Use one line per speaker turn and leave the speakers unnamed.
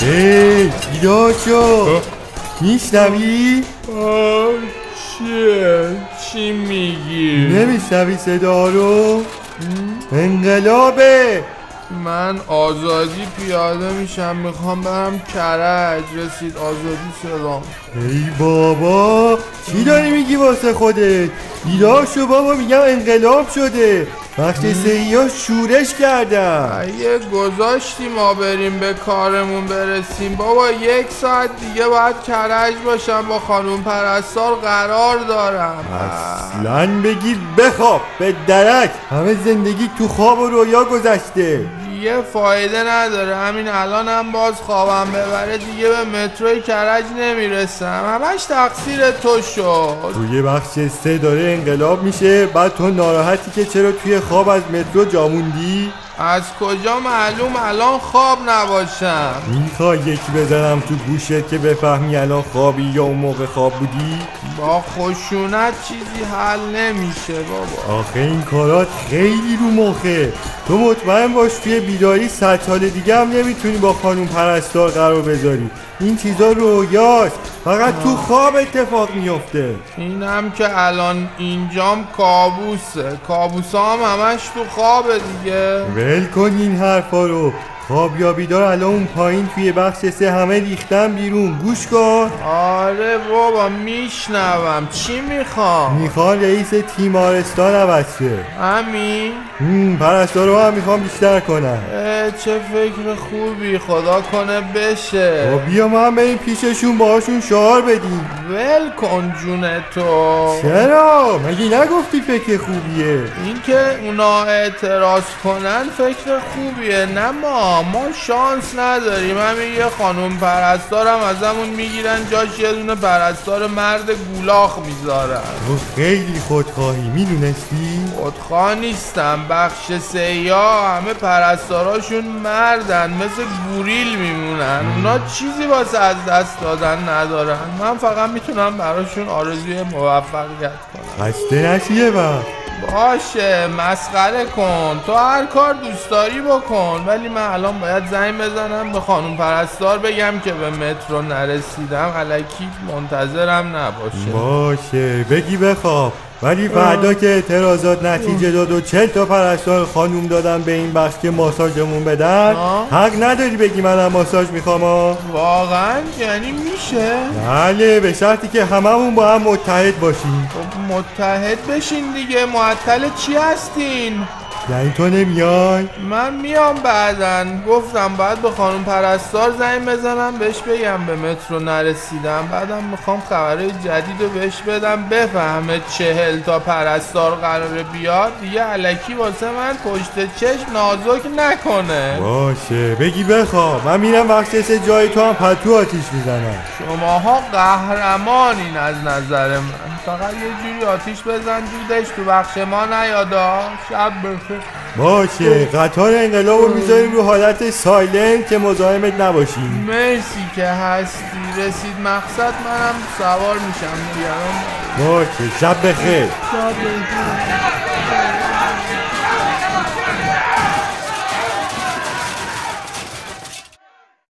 ای بیدار شو
آه.
میشنوی؟
آه، چیه؟ چی میگی؟
نمیشنوی صدا رو؟ انقلابه
من آزادی پیاده میشم میخوام برم کرج رسید آزادی سلام
ای بابا چی داری میگی واسه خودت؟ بیدار شو بابا میگم انقلاب شده وقتی سریا شورش کردن
اگه گذاشتی ما بریم به کارمون برسیم بابا یک ساعت دیگه باید کرج باشم با خانوم پرستار قرار دارم
اصلا بگیر بخواب به درک همه زندگی تو خواب و رویا گذشته
دیگه فایده نداره همین الانم باز خوابم ببره دیگه به متروی کرج نمیرسم همش تقصیر تو شد
توی بخش سه داره انقلاب میشه بعد تو ناراحتی که چرا توی خواب از مترو جاموندی
از کجا معلوم الان خواب نباشم
میخوای یکی بزنم تو گوشت که بفهمی الان خوابی یا اون موقع خواب بودی
با خشونت چیزی حل نمیشه بابا
آخه این کارات خیلی رو مخه تو مطمئن باش توی بیداری صد سال دیگه هم نمیتونی با خانوم پرستار قرار بذاری این چیزا رویاست فقط تو خواب اتفاق میفته
اینم که الان اینجام کابوسه کابوسام همش تو خوابه دیگه
ول کن این حرفا رو خواب یا بیدار الان اون پایین توی بخش سه همه ریختن بیرون گوش کن
آره بابا میشنوم چی میخوام
میخوان رئیس تیمارستان عوض شه
همین
هم، پرستار رو هم میخوام بیشتر کنم
اه، چه فکر خوبی خدا کنه
خب
بشه
بیا ما هم بریم پیششون باهاشون شعار بدیم
ول کن جون تو
چرا؟ مگه نگفتی فکر خوبیه
اینکه اونا اعتراض کنن فکر خوبیه نه ما ما شانس نداریم همین یه خانم پرستارم ازمون میگیرن جاش یه دونه پرستار مرد گولاخ میذارن
تو خیلی خودخواهی میدونستی؟
خودخواه نیستم بخش سیا همه پرستاراشون مردن مثل گوریل میمونن اونا چیزی واسه از دست دادن ندارن من فقط میتونم براشون آرزوی موفقیت کنم
خسته نشیه و
باشه مسخره کن تو هر کار دوست داری بکن ولی من الان باید زنگ بزنم به خانم پرستار بگم که به مترو نرسیدم علکی منتظرم نباشه
باشه بگی بخواب ولی فردا که اعتراضات نتیجه داد و چل تا پرستار خانوم دادن به این بخش که ماساژمون بدن
آه.
حق نداری بگی منم ماساژ میخوام آه.
واقعا یعنی میشه
بله به شرطی که هممون با هم متحد باشیم
خب متحد بشین دیگه معطل چی هستین
یعنی تو نمیای
من میام بعدن گفتم باید به خانم پرستار زنگ بزنم بهش بگم به مترو نرسیدم بعدم میخوام خبرهای جدید رو بهش بدم بفهمه چهل تا پرستار قراره بیاد دیگه علکی واسه من پشت چشم نازک نکنه
باشه بگی بخواب من میرم وقتی سه جای تو هم پتو آتیش میزنم
شماها قهرمانین از نظر من فقط یه جوری آتیش بزن دودش تو بخش ما نیادا شب بخیر
باشه قطار انقلاب رو میذاریم رو حالت سایلنت که مزاحمت نباشیم
مرسی که هستی رسید مقصد منم سوار میشم دیگران
باشه شب بخیر
شب بخیر